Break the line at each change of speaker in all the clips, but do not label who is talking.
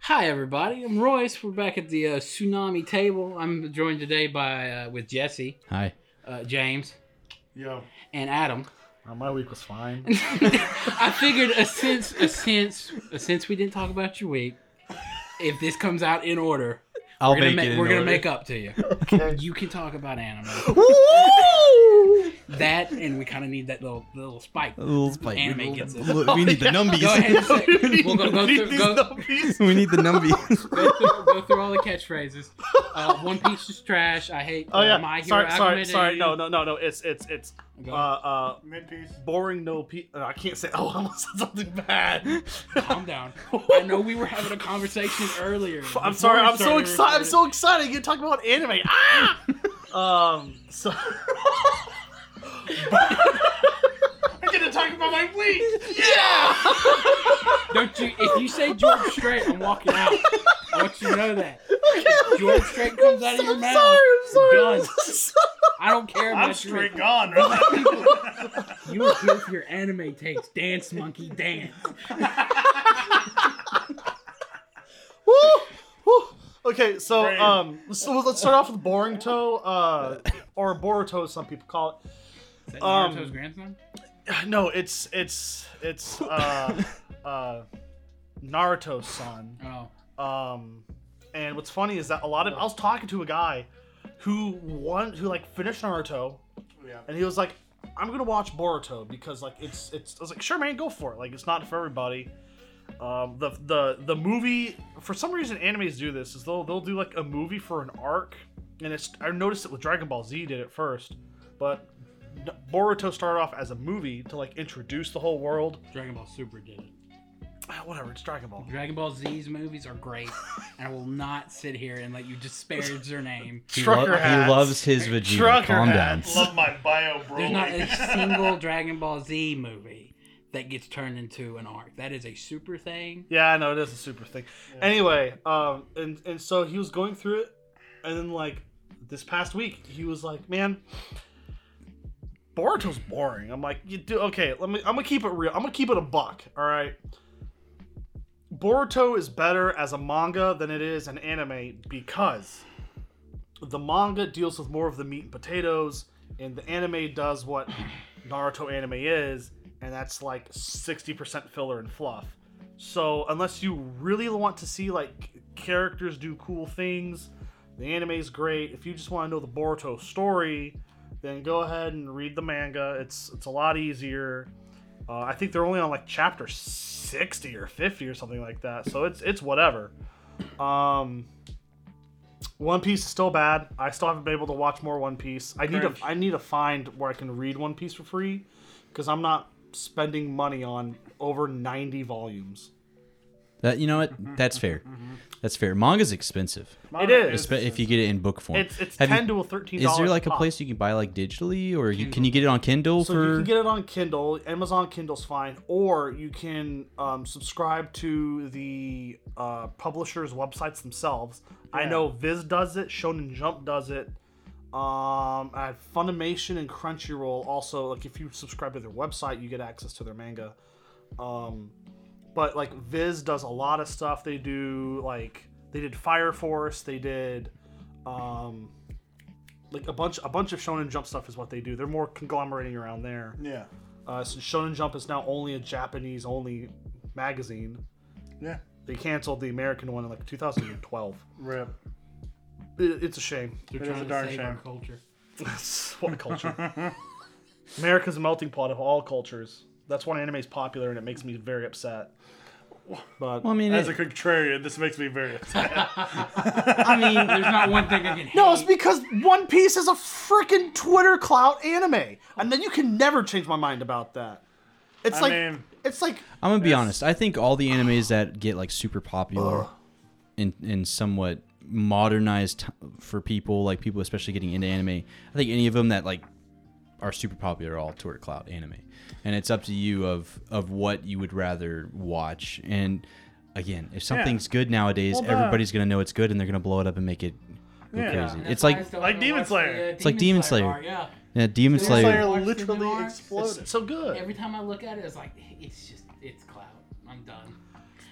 Hi everybody, I'm Royce. We're back at the uh, tsunami table. I'm joined today by uh, with Jesse,
Hi.
uh, James,
Yo,
and Adam.
uh, my week was fine.
I figured a since a since a since we didn't talk about your week, if this comes out in order,
I'll
we're gonna
make
ma-
it. in
we're gonna
order.
make up to you. You can talk about anime. that and we kind of need that little little spike.
a little spike.
Anime
we,
gets it.
we- we need the numbies.
Go ahead and say we'll go, go, through, go,
we need the numbies.
go through go through all the catchphrases. Uh, One Piece is trash. I hate.
Oh
uh,
yeah,
My Hero
sorry, sorry,
Academia.
sorry. No, no, no, no. It's it's it's uh
Go.
uh
Mid piece.
boring. No, pe- uh, I can't say. Oh, I almost said something bad.
Calm down. I know we were having a conversation earlier.
I'm sorry. I'm so
Before we started
excited. I'm so excited. You're talking about anime. Ah. um. So.
I'm gonna talk about my week.
yeah.
Don't you? If you say George Strait, I'm walking out. I want you to know that. If George Strait comes out of your
I'm
mouth.
sorry. I'm sorry.
done.
I'm sorry.
I don't care about
I'm
you.
straight gone. Right?
You are good for your anime takes. Dance monkey dance.
Woo! Woo! Okay, so
Brave.
um, so let's start off with boring toe, uh, or Boruto, as some people call it.
Is that
Um,
Naruto's grandson?
No, it's it's it's uh uh Naruto's son.
Oh.
Um and what's funny is that a lot of I was talking to a guy who won who like finished Naruto
yeah.
and he was like, I'm gonna watch Boruto because like it's it's I was like, sure man, go for it. Like it's not for everybody. Um the the the movie for some reason animes do this is they'll they'll do like a movie for an arc and it's I noticed it with Dragon Ball Z did it first, but Boruto started off as a movie to like introduce the whole world.
Dragon Ball Super did it.
Ah, Whatever, it's Dragon Ball.
Dragon Ball Z's movies are great, and I will not sit here and let you disparage their name.
He,
Trucker
lo- he
hats.
loves his Vegeta.
Trucker
Calm
hats.
down.
Love my bio, bro.
There's not a single Dragon Ball Z movie that gets turned into an arc. That is a super thing.
Yeah, I know it is a super thing. Anyway, um, and and so he was going through it, and then like this past week, he was like, "Man, Boruto's boring." I'm like, "You do okay? Let me. I'm gonna keep it real. I'm gonna keep it a buck. All right." Boruto is better as a manga than it is an anime because the manga deals with more of the meat and potatoes, and the anime does what Naruto anime is, and that's like 60% filler and fluff. So unless you really want to see like characters do cool things, the anime's great. If you just want to know the Boruto story, then go ahead and read the manga. It's it's a lot easier. Uh, I think they're only on like chapter sixty or fifty or something like that. So it's it's whatever. Um, One Piece is still bad. I still haven't been able to watch more One Piece. I need to
Cringe.
I need to find where I can read One Piece for free because I'm not spending money on over ninety volumes.
That, you know what? That's fair. That's fair. Manga's expensive,
Mine
is.
espe- if you get it in book form.
It's it's
Have you-
ten to thirteen.
is there
dollars
like a
pop.
place you can buy like digitally, or you, can you get it on Kindle
So
for?
you can get it on Kindle. Amazon Kindle's fine, or you can um, subscribe to the uh, publishers' websites themselves. I know Viz does it, Shonen Jump does it. Um, at Funimation and Crunchyroll also like if you subscribe to their website, you get access to their manga. Um, but like Viz does a lot of stuff. They do like they did Fire Force. They did. Um, like a bunch, a bunch of Shonen Jump stuff is what they do. They're more conglomerating around there.
Yeah.
Uh, so Shonen Jump is now only a Japanese only magazine.
Yeah.
They canceled the American one in like 2012.
Rip.
It, it's a shame.
They're
It is
trying
a
to
darn
save our
shame.
culture.
what a culture. America's a melting pot of all cultures. That's why anime's popular, and it makes me very upset. But
well, I mean,
As a
it-
contrarian, this makes me very upset.
I mean, there's not one thing I can hate.
no, it's because One Piece is a freaking Twitter clout anime, and then you can never change my mind about that. It's
I
like
mean,
it's like
I'm gonna be honest. I think all the animes that get like super popular and and somewhat modernized t- for people, like people especially getting into anime, I think any of them that like are super popular are all toward cloud anime, and it's up to you of of what you would rather watch. And again, if something's good nowadays,
Well, the-
everybody's gonna know it's good and they're gonna blow it up and make it go
Yeah.
crazy.
And that's
It's
why
like
I still
Like
haven't
Demon
watched
Slayer.
the, uh,
It's like Demon Slayer.
arc, Yeah.
yeah, Demon
Demon
Slayer.
Slayer. Watch the new
literally
arcs.
exploded.
so good.
Every time I look at it, it's like it's just it's cloud. I'm done.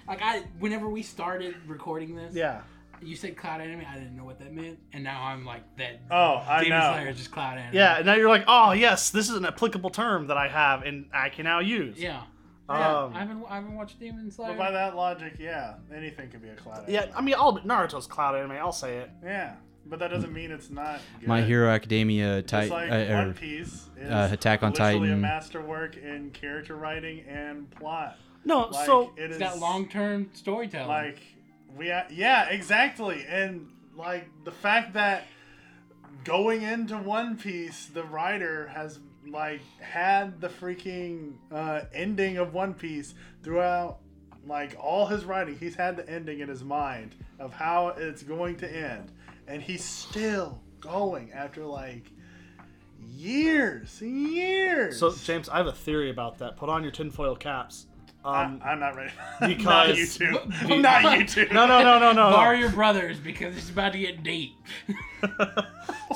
Like I, whenever we started recording this,
Yeah.
you said cloud anime. I didn't know what that meant, and now I'm like that.
Oh, I
Demon
know.
Slayer is just cloud anime.
Yeah, and now you're like, oh yes, this is an applicable term that I have and I can now use.
yeah.
Um,
yeah. I haven't, I haven't watched Demon Slayer.
But by that logic, yeah, anything could be a cloud.
Yeah,
anime.
I mean, all but Naruto's cloud anime. I'll say it.
yeah, but that doesn't mean it's not. Good.
My Hero Academia,
Just
Titan,
like
uh,
One
or
Piece is
uh, Attack on
literally a
Titan.
masterwork in character writing and plot.
No,
Like
so
it
it's
is
got long-term storytelling.
like we ha- yeah exactly and like the fact that going into one piece the writer has like had the freaking uh, ending of one piece throughout like all his writing he's had the ending in his mind of how it's going to end and he's still going after like years years
so James, I have a theory about that. Put on your tinfoil caps. Um,
I, am not ready
Because-
not you two i'm not you two
no, no, no, no, no.
Bar
no.
your brothers because it's about to get deep.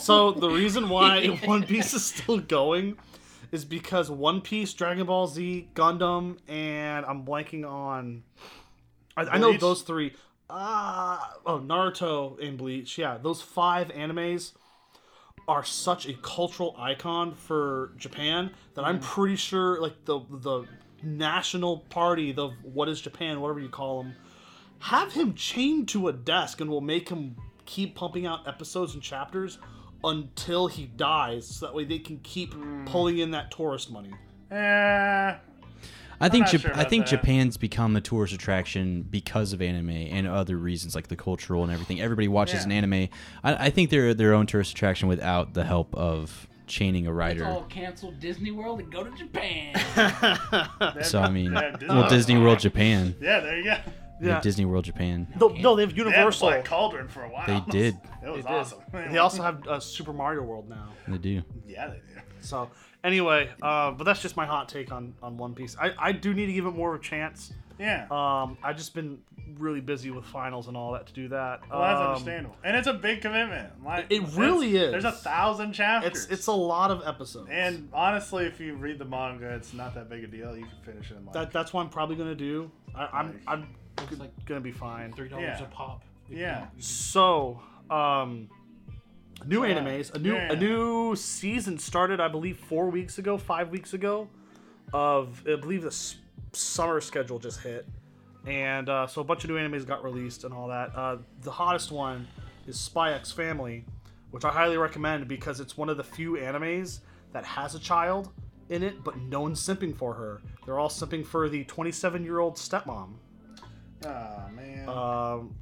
So the reason why One Piece is still going is because One Piece, Dragon Ball Z, Gundam, and I'm blanking on. I, I know
Bleach?
those three. Uh, oh, Naruto and Bleach. Yeah, those five animes are such a cultural icon for Japan that I'm pretty sure, like the the national party, the what is Japan, whatever you call them, have him chained to a desk and we'll make him keep pumping out episodes and chapters until he dies so that way they can keep pulling in that tourist money
Eh,
I think
not
Jap-
sure
I
about
think
that.
Japan's become a tourist attraction because of anime and other reasons like the cultural and everything. Everybody watches
Yeah.
an anime. I, I think they're their own tourist attraction without the help of chaining a
It's
writer.
all cancel Disney World and go to Japan.
they have-
So I mean,
they have
well, Disney World Japan,
Yeah, there you go.
They have Disney World Japan.
no, no they have
They had
universal
Black Cauldron for a while.
They did.
It was
They did.
awesome.
they also have uh, super mario world now
They do.
Yeah, they do.
so anyway uh, but that's just my hot take on, on one piece I, I do need to give it more of a chance
Yeah.
um, i've just been really busy with finals and all that to do that
well, that's
Um,
understandable. And it's a big commitment. Like
it really
it's-
is.
There's a thousand chapters.
it's it's a lot of episodes
and honestly, if you read the manga, it's not that big a deal. You can finish it in like
That that's what I'm probably gonna do. I, I'm I'm g-
like-
gonna be fine.
Three dollars
Yeah.
a pop.
Yeah.
So, um, new animes, a new a
yeah.
new season started, I believe, four weeks ago, five weeks ago, of I believe the s- summer schedule just hit, and uh, so a bunch of new animes got released and all that. Uh, the hottest one is Spy X Family, which I highly recommend because it's one of the few animes that has a child in it, but no one's simping for her. They're all simping for the 27 year old stepmom. Uh,
Oh man.
Um,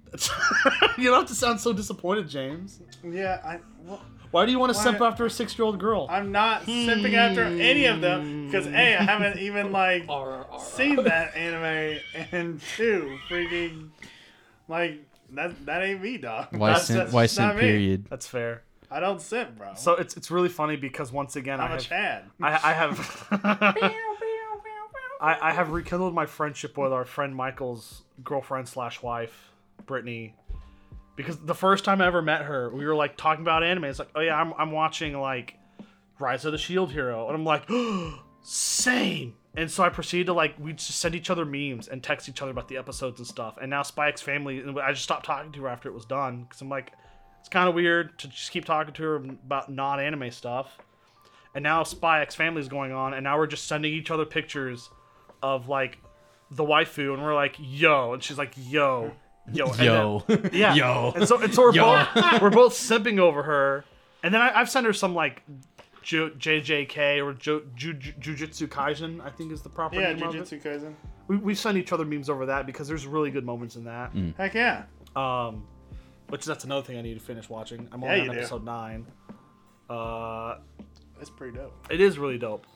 you don't have to sound so disappointed, James.
yeah. I. Well,
Why do you want to simp
Why-
after a six-year-old girl?
I'm not sipping after any of them because a I haven't even like
R R.
seen that anime, and two freaking like that that ain't me, dog.
Why
That's-
sent?
that's
Why
just not
sent?
me.
Period.
That's fair.
I don't sip, bro.
So it's it's really funny because once again I
I'm a
have,
Chad.
I, I have I, I have rekindled my friendship with our friend Michael's girlfriend slash wife, Brittany. Because the first time I ever met her, we were like talking about anime. It's like, oh yeah, I'm I'm watching like Rise of the Shield Hero, and I'm like, same. And so I proceeded to like we just send each other memes and text each other about the episodes and stuff. And now Spike's family, and I just stopped talking to her after it was done because I'm like, it's kind of weird to just keep talking to her about non-anime stuff. And now Spy X Family is going on, and now we're just sending each other pictures of like the waifu, and we're like, yo, and she's like, yo, yo, and then-
Yo.
yeah.
Yo.
And so, and so we're,
Yo.
both, we're both simping over her. And then I, I've sent her some like Ju- JJK or Ju- Ju- Ju- Jujutsu Kaisen, I think is the proper
Yeah,
name of it.
Jujutsu Kaisen.
We, we send each other memes over that because there's really good moments in that.
Heck yeah.
Um, which that's another thing I need to finish watching. I'm
Yeah,
only
you
on
do.
episode nine. Uh,
That's pretty dope.
it is really dope.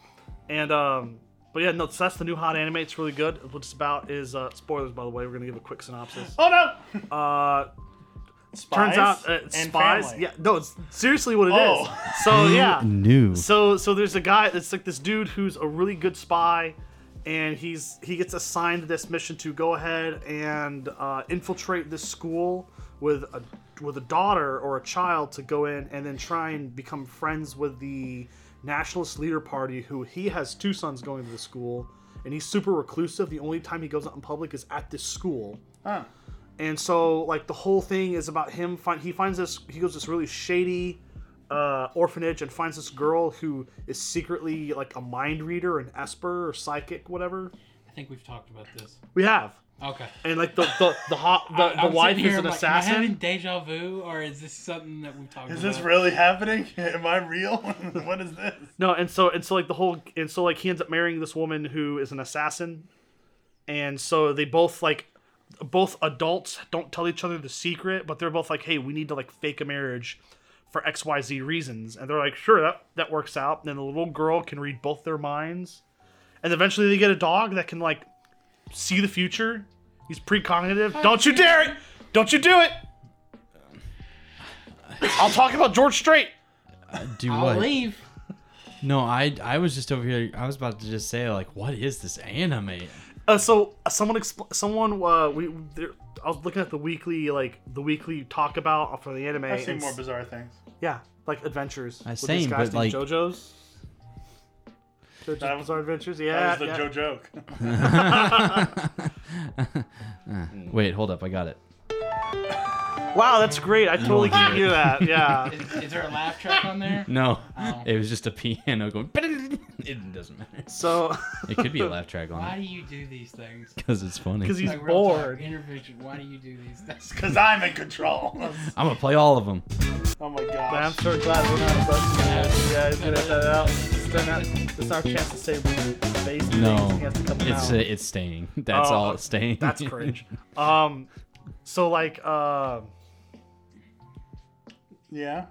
And um, but yeah, no, so that's the new hot anime. It's really good. What it's about is uh, spoilers, by the way. We're gonna give a quick synopsis.
Oh no!
Uh,
Spies
turns out uh, it's
and
spies.
family.
Yeah, no, it's seriously what it is.
Oh.
So yeah,
New.
so so there's a guy. It's like this dude who's a really good spy, and he's he gets assigned this mission to go ahead and uh, infiltrate this school with a with a daughter or a child to go in and then try and become friends with the nationalist leader party who he has two sons going to the school and he's super reclusive. The only time he goes out in public is at this school.
Huh.
and so like the whole thing is about him find he finds this he goes to this really shady uh, orphanage and finds this girl who is secretly like a mind reader an esper or psychic whatever
I think we've talked about this.
we have
Okay.
and like the the the hot the,
I-
the
I'm
wife
sitting
is
here,
an
I'm like, Am I having
assassin
deja vu, or is this something that we've talked
Is
about?
this really happening? Am I real? what is this?
no and so and so like the whole and so like he ends up marrying this woman who is an assassin and so they both like both adults don't tell each other the secret but they're both like hey we need to like fake a marriage for xyz reasons and they're like sure that that works out and then the little girl can read both their minds and eventually they get a dog that can like see the future he's precognitive don't you dare it don't you do it i'll talk about george strait
Do
I'll
what?
leave.
No, I I was just over here. I was about to just say like, what is this anime?
Uh, so uh, someone, expl- someone, uh, we, there, I was looking at the weekly, like the weekly talk about for the anime.
I've seen
and
more
s-
bizarre things.
yeah, like adventures.
I
with
seen,
these guys
but,
named
like-
JoJo's. JoJo's
That-
Bizarre Adventures.
That
Yeah,
was the
yeah.
Joe joke.
Wait, hold up, I got it.
wow, that's great. I totally can hear that. Yeah,
Is, is there a laugh track on there?
No,
Oh.
it was just a piano going. It doesn't matter.
so
It could be a laugh track on
Why
it
do you do these things?
because it's funny.
because he's
Like, real talk,
bored.
Intervision. Why do you do these things?
Because I'm in control.
I'm gonna play all of them.
oh my
But I'm
gosh.
so glad we're not above you guys. Gonna edit that out. It's not- It's our chance to say we based
No,
things. He has to come
it's
out.
uh, it's staying. That's
Oh,
all. It's staying.
That's cringe. um, so like, uh,
Yeah.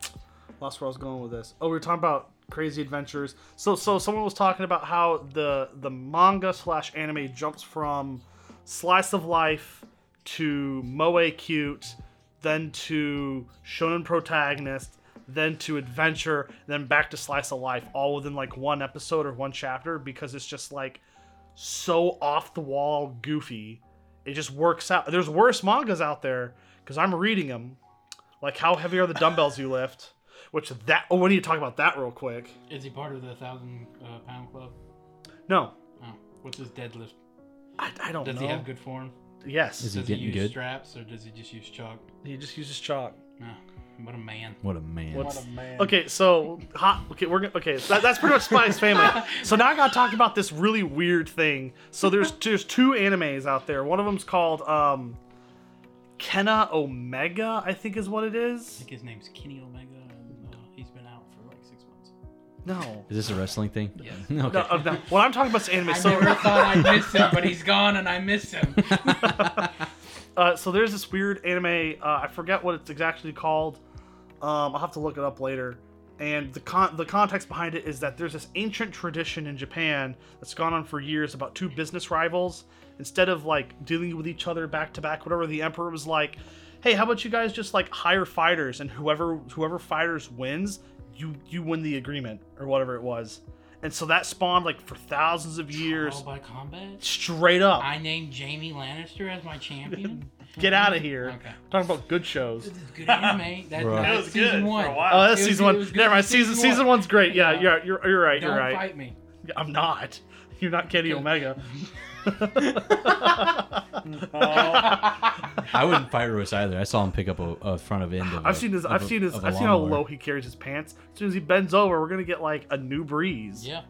lost where I was going with this. Oh, we were talking about crazy adventures. So, so someone was talking about how the the manga slash anime jumps from slice of life to moe cute, then to shonen protagonist, then to adventure, then back to slice of life, all within like one episode or one chapter because it's just like so off the wall goofy. It just works out. There's worse mangas out there because I'm reading them. Like how heavy are the dumbbells you lift? Which that oh, we need to talk about that real quick.
Is he part of the thousand uh, pound club?
No,
Oh, what's his deadlift?
I, I don't
Does
know.
he have good form?
Yes,
Is he
Does he
getting
use
good?
straps or does he just use chalk?
he just uses chalk.
Oh, what a man.
What a man.
What a man.
Okay, so hot. Okay, we're gonna. Okay, so that, that's pretty much Spy's Family. So now I gotta talk about this really weird thing. So there's there's two animes out there. One of them's called um, Kenna Omega, I think is what it
I
is.
think his name's Kenny Omega, and uh, he's been out for like six months.
No.
Is this a wrestling thing?
Yeah.
okay.
No, uh, no. What I'm talking about is anime.
I
so
never thought I'd miss him, but he's gone, and I miss him.
Uh, so there's this weird anime. Uh, I forget what it's exactly called. Um, I'll have to look it up later. And the con- the context behind it is that there's this ancient tradition in Japan that's gone on for years about two business rivals. Instead of like dealing with each other back to back, whatever the emperor was like, hey, how about you guys just like hire fighters and whoever whoever fighters wins, you you win the agreement or whatever it was. And so that spawned like for thousands of years,
All by combat.
straight up,
I named Jamie Lannister as my champion.
get out of here.
Okay.
Talking about good shows.
This is good anime. That, that
Right.
That
was
was good
season
for a
one.
Oh,
while.
that's
It was-
season
it
one.
was good
Never
for
mind. Season
season
season
one.
one's great. Yeah,
Yeah.
you're you're, you're right.
Don't
You're right.
fight me.
I'm not. You're not Kenny Omega.
I wouldn't fight Royce either. I saw him pick up a, a front of end. Of
I've
a-
seen his.
of
I've
a-
seen his.
of a
I've seen how
lawnmower.
low he carries his pants. As soon as he bends over, we're gonna get like a new breeze.
Yeah.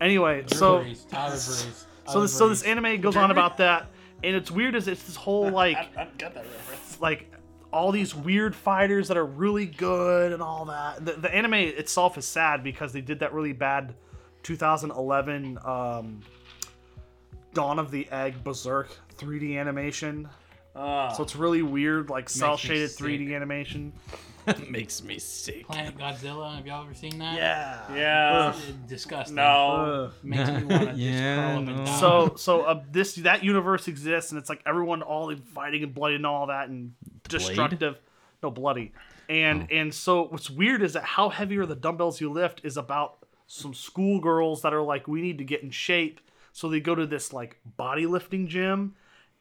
Anyway,
Drew
so
Brees, Tyler Breeze.
so this so this anime goes on about that, and it's weird. Is it's this whole like
I, I got that reference.
like all these weird fighters that are really good and all that. The, the anime itself is sad because they did that really bad 2011 um, Dawn of the Egg Berserk 3D animation.
Uh,
So it's really weird, like cell shaded
sick.
3D animation.
makes me sick.
Planet Godzilla. Have y'all ever seen that?
Yeah.
yeah.
It's disgusting.
No.
Ugh.
Makes me want to
Yeah,
just curl up
no.
and die.
So so uh, this that universe exists and it's like everyone all fighting and bloody and all that and destructive. No bloody. And and so what's weird is that how heavy are the dumbbells you lift is about some schoolgirls that are like we need to get in shape. So they go to this like body lifting gym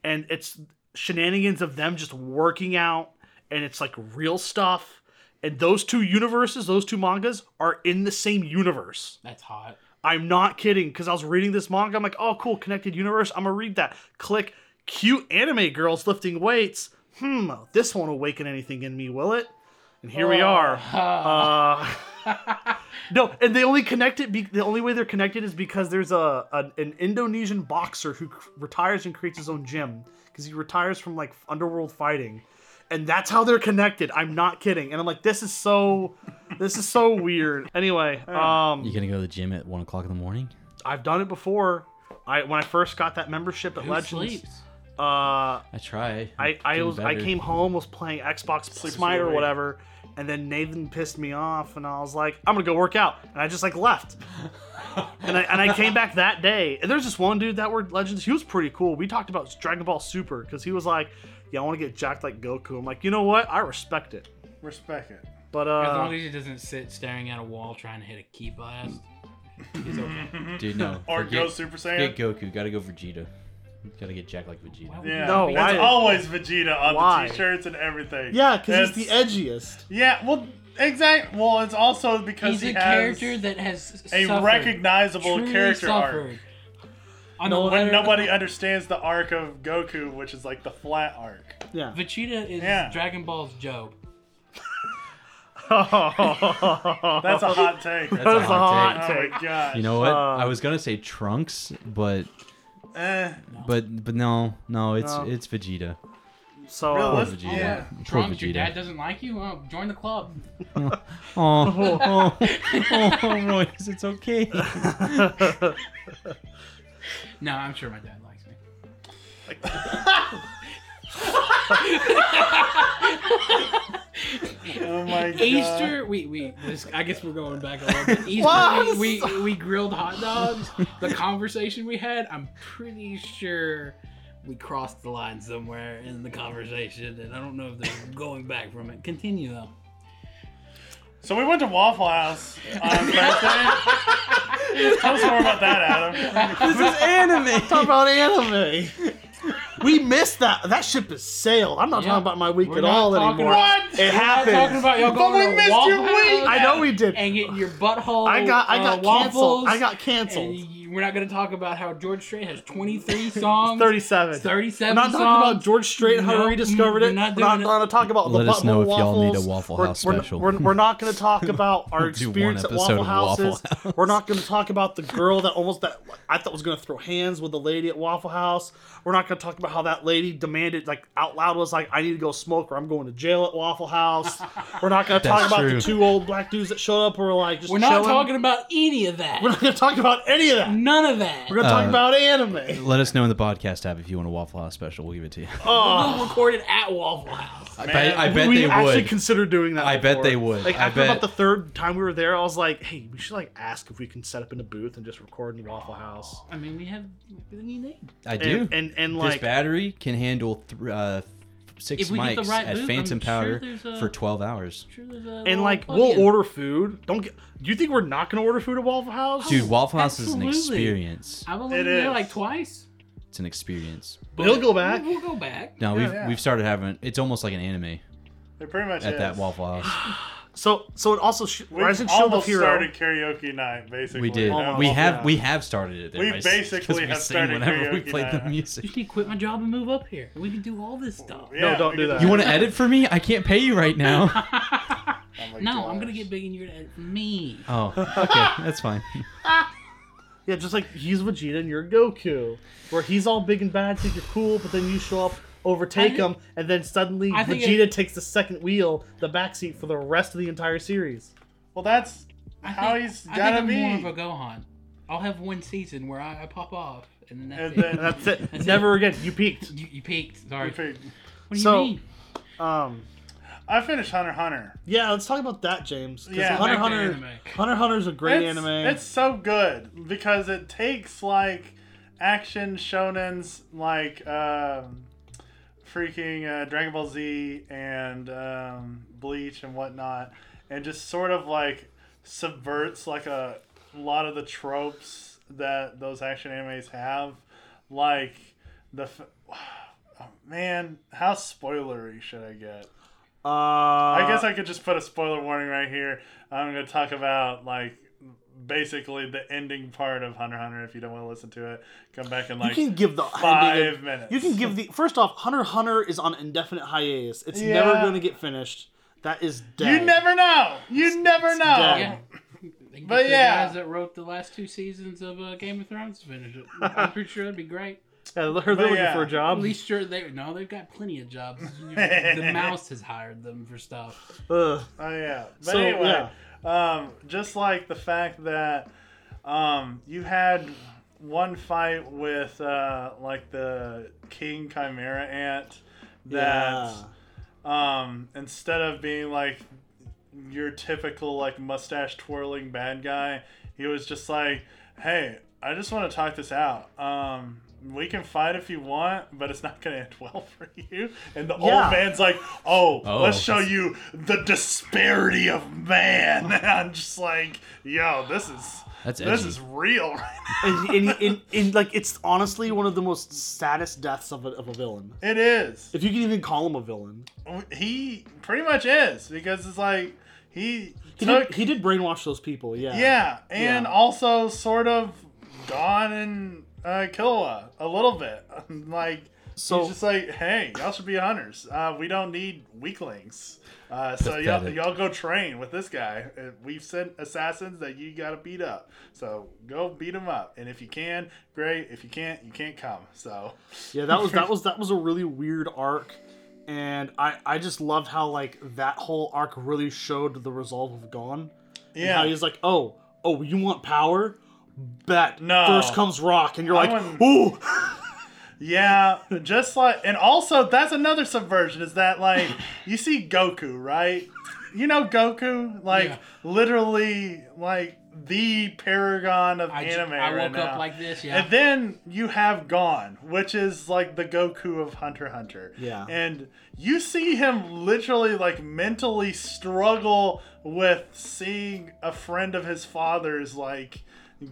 and it's shenanigans of them just working out and it's like real stuff. And those two universes, those two mangas are in the same universe.
that's hot.
I'm not kidding because I was reading this manga. I'm like, oh, cool, connected universe. I'm gonna read that. Click, cute anime girls lifting weights. Hmm, this won't awaken anything in me, will it? And here we are. Uh, no, and they only connect it. Be- the only way they're connected is because there's a, a an Indonesian boxer who c- retires and creates his own gym because he retires from like underworld fighting, and that's how they're connected. I'm not kidding. And I'm like, this is so, this is so weird. Anyway, um,
You gonna go to the gym at one o'clock in the morning?
I've done it before. I when I first got that membership at
Who
Legends,
sleeps?
uh,
I try.
I, I
Getting
was I
better.
came home was playing Xbox
Sleeps
Smite or
away.
whatever, and then Nathan pissed me off, and I was like, I'm gonna go work out, and I just like left, and I and I came back that day, and there's this one dude that worked Legends, he was pretty cool. We talked about Dragon Ball Super because he was like, yeah, I want to get jacked like Goku. I'm like, you know what? I respect it,
Respect it.
but
As
uh,
long as he doesn't sit staring at a wall trying to hit a key blast, he's okay.
Dude, no.
Or
forget-
go Super
Get
Saiyan.
Goku. Gotta go Vegeta. Gotta get Jack like Vegeta.
Wow.
yeah,
No,
it's
why-
always Vegeta on
Why?
the t-shirts and everything.
yeah, because he's the
It's-
edgiest.
Yeah, well, exact. Well, it's also because
He's
he
a
has
character that has
a
suffered,
recognizable
truly
character arc.
suffered. On the
When
letter-
nobody understands the arc of Goku, which is like the flat arc.
Yeah.
Vegeta is
Yeah.
Dragon Ball's Job.
That's a hot take.
That's a
That's
hot
a
take.
oh
hot
my god.
You know what?
Uh,
I was gonna say Trunks, but
Eh,
but but no, no, it's
No.
it's Vegeta.
So
Realist-
Vegeta.
yeah.
Poor
Oh, Trunks, your
Vegeta.
dad doesn't like you? Oh, join the club.
Oh, oh, oh, Royce, it's okay.
No, I'm sure my dad likes me.
Oh my god.
Easter, we we this, I guess we're going back a little bit.
What?
Easter, we, we we grilled hot dogs. The conversation we had, I'm pretty sure we crossed the line somewhere in the conversation, and I don't know if there's going back from it. Continue though.
So we went to Waffle House on Thursday. Tell us more about that, Adam.
This is anime. Talk about anime. We missed that. That ship is sailed. I'm not
Yeah.
talking about my week
We're
at
not
all
talking
anymore.
about-
What?
It
I'm talking
happened.
about y'all
But
going
we
to
missed
Waffle
your wing!
House
I know we did.
And getting your butthole.
I got I
uh,
got
waffles.
canceled. I got
And
canceled.
you- we're not going to talk about how George Strait has 23 songs.
37. We're
37
not
songs.
talking about George Strait and how
No,
he rediscovered
we're
it.
not
We're not
doing it.
going to talk about
Let
the
us know if
butthole
y'all need a
waffles.
Waffle
We're-
House
we're,
special.
We're, we're not going to talk about our
do one
experience at
episode
Waffle
of Waffle
Houses.
House.
We're not going to talk about the girl that almost that I thought was going to throw hands with the lady at Waffle House. We're not going to talk about how that lady demanded like out loud was like I need to go smoke or I'm going to jail at Waffle House. We're not going to talk
That's
about the
true.
two old black dudes that showed up who were like just
We're not
chilling.
talking about any of that.
We're not going to talk about any of that.
None of that.
We're going to talk
Uh,
about anime.
Let us know in the podcast app if you want a Waffle House special. We'll give it to you.
We'll record it at Waffle House.
I bet, I
We-
bet
we
they
actually
would.
considered doing that.
I bet
before.
they would.
Like
I
after about
bet.
the third time we were there, I was like, "Hey, we should like ask if we can set up in a booth and just record in Waffle House."
I mean, we have everything you need.
I do.
And and, and
this
like
battery can handle th- uh, six
If we get the
mics
right
at
booth,
Phantom
I'm sure
Power
there's a-
for 12 hours.
Sure, there's a
and
little
like
plug-in.
we'll order food. Don't get. Do you think we're not gonna order food at Waffle House?
Dude, Waffle House is an
Oh, absolutely.
experience.
I've only
It
been there
is.
like twice.
It's an experience.
we'll go back.
We'll, we'll go back.
No,
Yeah,
we've
yeah.
we've started having. It's almost like an anime
It pretty much
at
is.
that Waffle House.
So so it also sh-
We
Rise and Shield of
almost
Hero.
started karaoke night, basically.
We did.
at
we
Waffle
have
House.
we have started it. There,
Oh, We
Rice,
basically
'cause we
have
sing
started
whenever we
karaoke
play the
night.
music.
Just need to quit my job and move up here. We can do all this stuff.
Yeah,
No, don't
we
do
did
that.
You want to edit for me? I can't pay you right now.
Oh my
No,
gosh.
I'm gonna get big and you're gonna edit me.
oh, okay, that's fine.
Yeah, just like he's Vegeta and you're Goku, where he's all big and bad, think you're cool, but then you show up, overtake
I thi-
him, and then suddenly
I think
Vegeta takes the second wheel, the backseat for the rest of the entire series.
Well, that's
I
how
think-
he's
I think
gotta
I'm more of
be.
a Gohan. I'll have one season where I, I pop off, and then that's
And
it.
And
then
that's it. Never again. You peaked.
You, you peaked. Sorry. What do
So-
you mean?
Um.
I finished Hunter x Hunter.
Yeah, let's talk about that, James. 'cause
Yeah.
Hunter
Back to
Hunter.
anime.
Hunter Hunter's a great
it's,
anime.
It's so good because it takes like action shonens like um, freaking uh, Dragon Ball Z and um, Bleach and whatnot, and just sort of like subverts like a lot of the tropes that those action animes have, like the. F- oh, Man, how spoilery should I get? I
uh,
guess I could just put a spoiler warning right here. I'm going to talk about like basically the ending part of Hunter x Hunter. If you don't want to listen to it, come back and like
you can give the
five
ending of-
minutes.
You can give the first off. Hunter x Hunter is on indefinite hiatus. It's
Yeah.
never going to get finished. That is dead.
You never know. You never know.
dead.
Yeah. They can
But
get the
yeah.
guys that wrote the last two seasons of uh, Game of Thrones to finish it. I'm pretty sure that'd be great.
Yeah, they're they're
But
looking
yeah.
for a
At
job.
least sure they no, they've got plenty of jobs. the mouse has hired them for stuff.
Ugh.
Oh yeah. But
So,
anyway, um, just like the fact that um, you had one fight with uh, like the King Chimera ant that
Yeah.
um, instead of being like your typical like mustache twirling bad guy, he was just like, "Hey, I just want to talk this out. Um, we can fight if you want, but it's not gonna end well for you." And the
Yeah.
old man's like, "Oh,
Oh.
let's show you the disparity of man." And I'm just like, "Yo, this is
That's
this
edgy.
is real." Right now.
and, and, and, and, like it's honestly one of the most saddest deaths of a, of a villain.
It is.
If you can even call him a villain,
He pretty much is because it's like he
he
took
did, he did brainwash those people. Yeah.
Yeah, and
Yeah.
also sort of Dawn and uh, Killua a little bit. like
So
he's just like, hey, y'all should be hunters. Uh, we don't need weaklings. Uh, so y'all,
Pathetic.
y'all go train with this guy. Uh, We've sent assassins that you gotta beat up. So go beat them up, and if you can, great. If you can't, you can't come. So
yeah, that was that was that was a really weird arc, and I I just loved how like that whole arc really showed the resolve of Gon. Yeah.
yeah,
he's like, oh, oh, you want power? Bet.
No.
First comes rock, and you're like,
wouldn't-
ooh.
Yeah, just like, and also that's another subversion is that like you see Goku, right? You know Goku, like
Yeah.
literally like the paragon of
I, ju-
anime.
I woke
right
up
now.
like this, yeah.
And then you have Gon, which is like the Goku of Hunter x Hunter.
Yeah.
And you see him literally like mentally struggle with seeing a friend of his father's like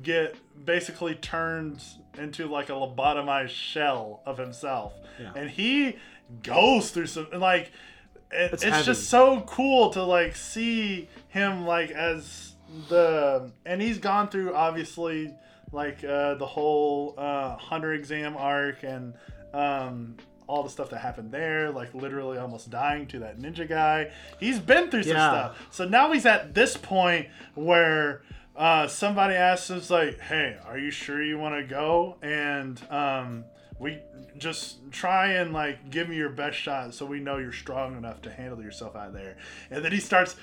get basically turned into like a lobotomized shell of himself.
Yeah.
And he goes through some like it, it's
It's heavy.
just so cool to like see him like as the and he's gone through obviously like uh, the whole uh, hunter exam arc and um, all the stuff that happened there like literally almost dying to that ninja guy he's been through some
Yeah.
stuff so now he's at this point where uh, somebody asks us like, "Hey, are you sure you want to go?" And um, we just try and like give me your best shot, so we know you're strong enough to handle yourself out there. And then he starts,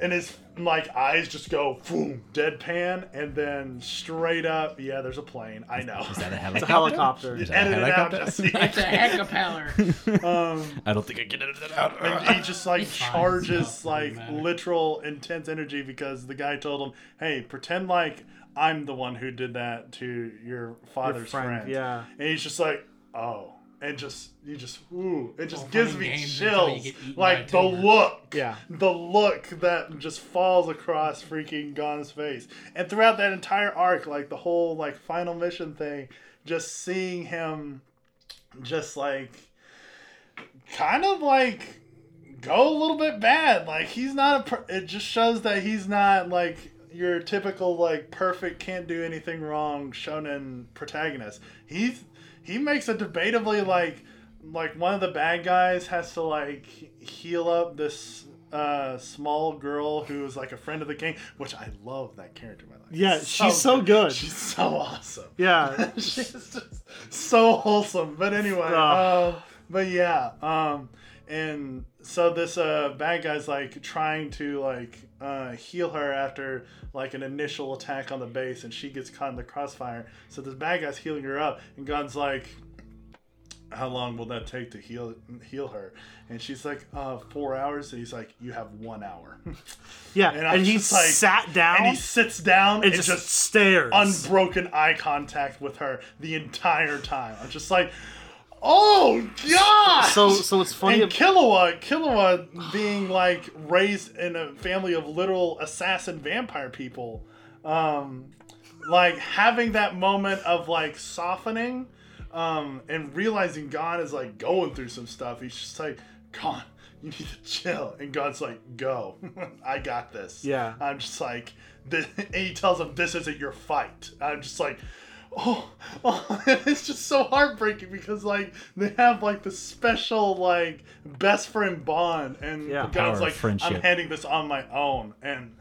and his like eyes just go boom, deadpan, and then straight up, yeah, there's a plane. I know.
Is that a helicopter?
It's a helicopter.
Is that a
Edit it out,
helicopter?
Jesse.
it's a hecapeller.
um,
I don't think I can edit that out.
And he just like
It's fine.
charges
It's not
like
problematic.
literal intense energy because the guy told him, "Hey, pretend like I'm the one who did that to your father's friend.
friend, yeah.
and he's just like, "Oh," and just you just ooh, it just
Well,
gives
funny
me
games until you
chills.
get eaten by a
Like the
tumor.
look,
Yeah.
the look that just falls across freaking Gon's face, and throughout that entire arc, like the whole like final mission thing, just seeing him, just like kind of like go a little bit bad. Like he's not a. Per- it just shows that he's not like your typical like perfect, can't do anything wrong shonen protagonist. He's he makes a debatably like like one of the bad guys has to like heal up this uh small girl who is like a friend of the king which i love that character by the way
Yeah, she's so good.
she's so awesome
Yeah.
she's just so wholesome. But anyway,
Ugh.
um, but yeah, um, and so this uh, bad guy's like trying to like uh, heal her after like an initial attack on the base, and she gets caught in the crossfire. So this bad guy's healing her up, and Gun's like. How long will that take to heal heal her? And she's like, uh, four hours. And he's like, you have one hour.
Yeah.
And
And,
I was
he
just like-
sat down
and he
and,
sits down and
just,
just
stares.
unbroken eye contact with her the entire time. I'm just like, oh god.
so so it's funny.
and Killua, Killua being like raised in a family of literal assassin vampire people, um, like having that moment of like softening, um, and realizing God is like going through some stuff. He's just like, God, you need to chill. And God's like, go. I got this.
Yeah.
I'm just like, th- and he tells him, this isn't your fight. I'm just like, oh, oh. it's just so heartbreaking because, like, they have, like, the special, like, best friend bond. And
Yeah.
Power
God's
of
like, I'm
friendship.
handing this on my own. And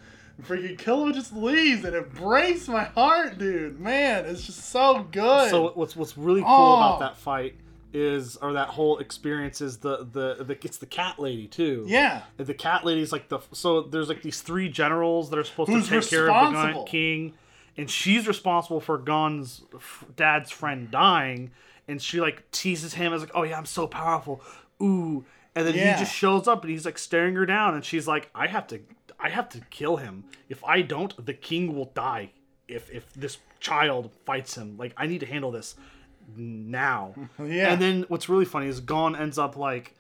freaking Killer just leaves and it breaks my heart, dude. Man, it's just so good.
So what's what's really cool
Oh.
about that fight is or that whole experience is the the, the it's the cat lady too.
yeah.
And the cat lady's like the so there's like these three generals that are supposed
Who's
to take care of the
responsible?
Gun King, and she's responsible for Gon's f- dad's friend dying, and she like teases him as like, oh yeah, I'm so powerful, ooh, and then
Yeah.
he just shows up and he's like staring her down, and she's like, I have to, I have to kill him. If I don't, the king will die. If if this child fights him, like I need to handle this now.
Yeah.
And then what's really funny is Gon ends up like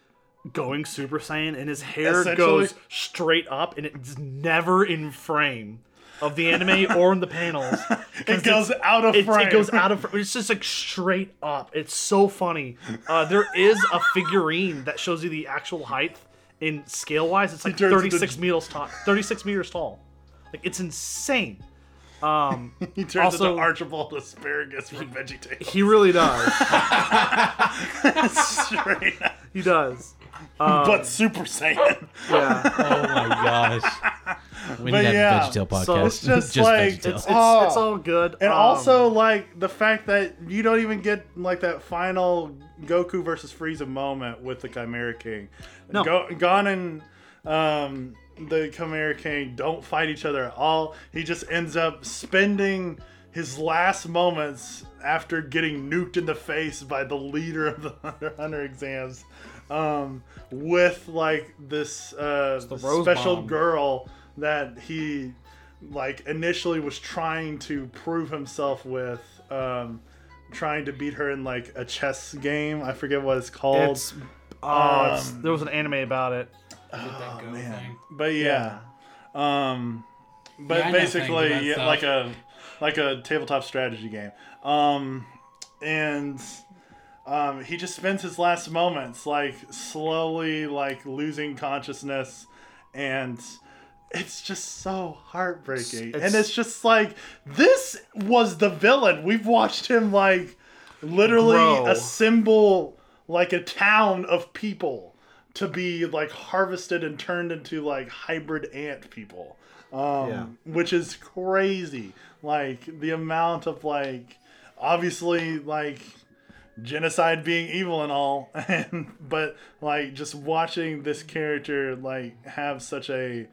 going Super Saiyan, and his hair
Essentially-
goes straight up, and it's never in frame of the anime or in the panels. 'Cause
It goes out of
it's-
frame.
It goes out of frame. It's just like straight up. It's so funny. Uh, there is a figurine that shows you the actual height in scale wise. It's like
turns into-
36 meters tall. 36 meters tall. Like it's insane.
He turns
Also-
into Archibald Asparagus from VeggieTales.
He really does.
Straight up.
he does. Um,
but Super Saiyan.
Yeah.
Oh my gosh. We
But
need to
yeah,
have a VeggieTale podcast.
so it's
just like-
VeggieTale.
It's, it's,
Oh.
it's all good.
And
Um,
also, like, the fact that you don't even get, like, that final Goku versus Frieza moment with the Chimera King.
No.
Go- Gon and um, the Chimera King don't fight each other at all. He just ends up spending his last moments after getting nuked in the face by the leader of the Hunter x Hunter exams um, with, like, this uh,
the rose
special
bomb.
girl that he like initially was trying to prove himself with um trying to beat her in like a chess game i forget what it's called
it's, uh, it's- there was an anime about it.
Oh,
that go thing.
but yeah, um but
Yeah, I know things
basically
about
yeah,
stuff.
like a like a tabletop strategy game um and um he just spends his last moments like slowly like losing consciousness and it's just so heartbreaking
It's-
and it's just like this was the villain we've watched him like literally
Grow.
assemble like a town of people to be like harvested and turned into like hybrid ant people um
Yeah.
which is crazy like the amount of like obviously like genocide being evil and all and but like just watching this character like have such a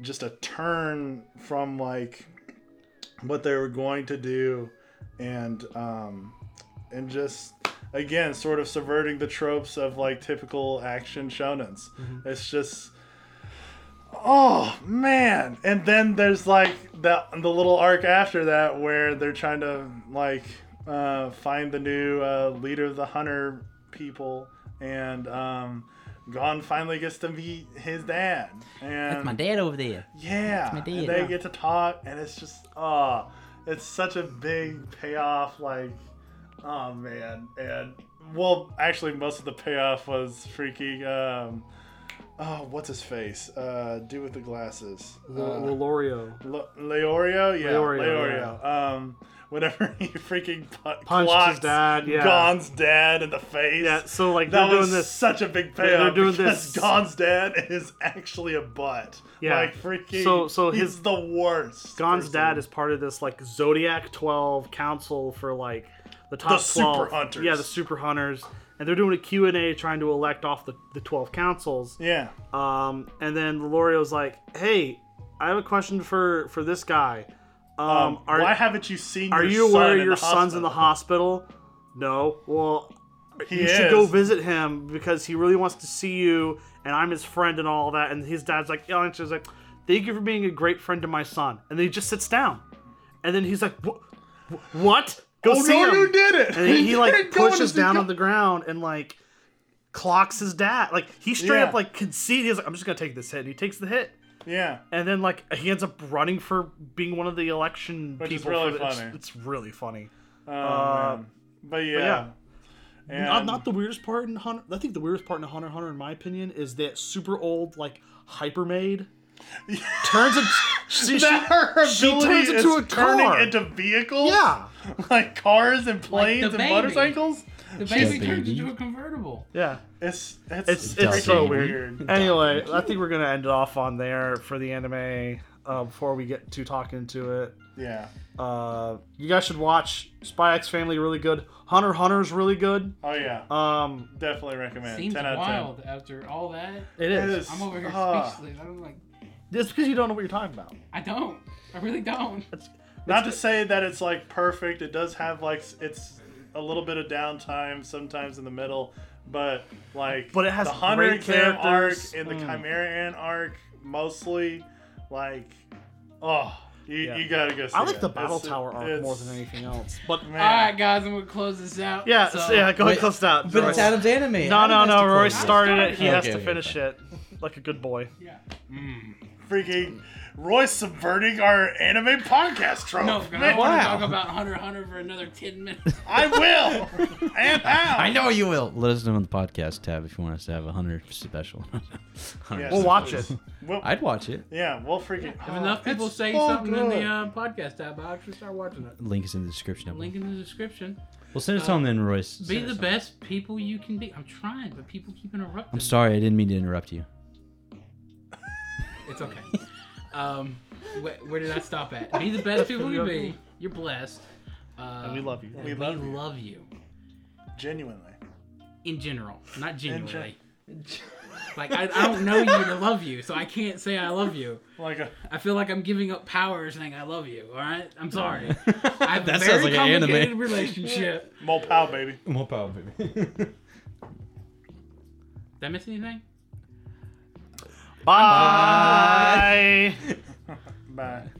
just a turn from like what they were going to do and um and just again sort of subverting the tropes of like typical action shonens
Mm-hmm.
it's just oh man and then there's like that the little arc after that where they're trying to like uh find the new uh leader of the hunter people and um Gon finally gets to meet his dad. And
That's my dad over there.
yeah,
my
and
dad,
they
yeah.
get to talk, and it's just ah, it's such a big payoff. Like, oh man, and well, actually, most of the payoff was freaking um, oh, what's his face? Uh, dude with the glasses,
L-
uh,
Lorio.
Le- Leorio, yeah,
Leorio,
Leorio. Um, whenever he freaking pu-
Punched
clocks
his dad, yeah.
Gon's dad in the face.
Yeah, so like
That
they're
was
doing this.
such a big payoff.
they're doing
because
this-
Gon's dad is actually a butt.
Yeah.
Like freaking.
So- so
he's
his-
the worst.
Gon's
person.
dad is part of this like Zodiac 12 council for like
The
the top
super
12.
hunters.
Yeah, the super hunters. And they're doing a Q&A trying to elect off the, the 12 councils.
Yeah.
Um, and then Lorio's like, "Hey, I have a question for for this guy. Um, are
Why haven't you seen?
are
your son
you aware
in
your
the
son's in the hospital?" No. Well,
He
you
is.
should go visit him because he really wants to see you and I'm his friend and all that. And his dad's like, yeah, and she's like, thank you for being a great friend to my son. And then he just sits down. And then he's like, "Wha- wha- what? Go
Oh
see
no,
him.
you did it!
And then he
You
like
didn't go
pushes
to see
down
Gon-
on the ground and like clocks his dad. Like he straight
Yeah.
up like conceded. He's like, I'm just gonna take this hit. And he takes the hit.
Yeah.
And then like he ends up running for being one of the election
Which is
people.
really
for the- it's-
funny.
It's, really funny.
Oh, man. But Oh, yeah.
yeah.
And
Uh, Not, not the weirdest part in Hunter. I think the weirdest part in Hunter x Hunter, in my opinion, is that super old like hyper maid turns into she,
that her
she
ability
turns into
is
a
turning
car.
into vehicles,
yeah
like cars and planes
the
and
baby.
motorcycles.
The baby
She's-
turns into a convertible.
yeah.
It's it's
It's
Dumb
it's so
baby.
weird. Anyway, I think we're gonna end it off on there for the anime uh, before we get too talking to it.
Yeah.
Uh, you guys should watch Spy X Family. Really good. Hunter x Hunter's really good.
Oh yeah.
Um,
Definitely recommend.
Seems
ten out of ten.
wild after all that.
It
it is.
is.
I'm over here
Ah.
speechless. I'm like,
It's because you don't know what you're talking about.
I don't. I really don't.
Not to say that it's like perfect. It does have like s- it's a little bit of downtime sometimes in the middle, but like
But it has
the Hunter
great
Exam arc
characters.
and the
Mm.
Chimera Ant arc mostly. Like, oh, you,
Yeah.
you gotta go. See
I like
it.
the Battle
It's-
Tower arc
it's-
more than anything else. But
Man,
All right, guys, I'm gonna close this out.
yeah,
So-
so, yeah. Go ahead,
Wait,
close that.
But
Royce.
it's Adam's anime.
no, no,
Adam has
no.
to
Roy
close it.
started it. He
Okay,
has to
okay,
finish it like a good boy.
Yeah. Mm.
freaking Roy subverting our anime podcast trope.
No, God, I
Man,
want to
Wow.
talk about Hunter x Hunter for another ten minutes.
I will. and how?
I know you will. Let us know on the podcast tab if you want us to have a hundred special.
Yes,
We'll watch
please.
it.
We'll-
I'd watch it.
yeah, we'll freaking.
If enough
oh,
people
it's
say
so
something in
good.
the uh, podcast tab, I'll actually start watching it.
Link is in the description. I believe.
Link in the description.
We'll send it to him then, Royce.
Be
Send us
the
some.
best people you can be. I'm trying, but people keep interrupting.
I'm sorry, I didn't mean to interrupt you.
It's okay. Um, wh- where did I stop at? Be the best people you can be. You're blessed. Uh,
And we love you.
We, love, you.
Genuinely.
in general, not
gen-
genuinely. like I, I don't know you to love you, so I can't say I love you.
Like a.
I feel like I'm giving up power saying I love you. All right, I'm sorry. I have a
That
very
sounds like an anime.
complicated relationship.
Mo Pow, baby.
More power, baby.
Did I miss anything?
Bye.
Bye.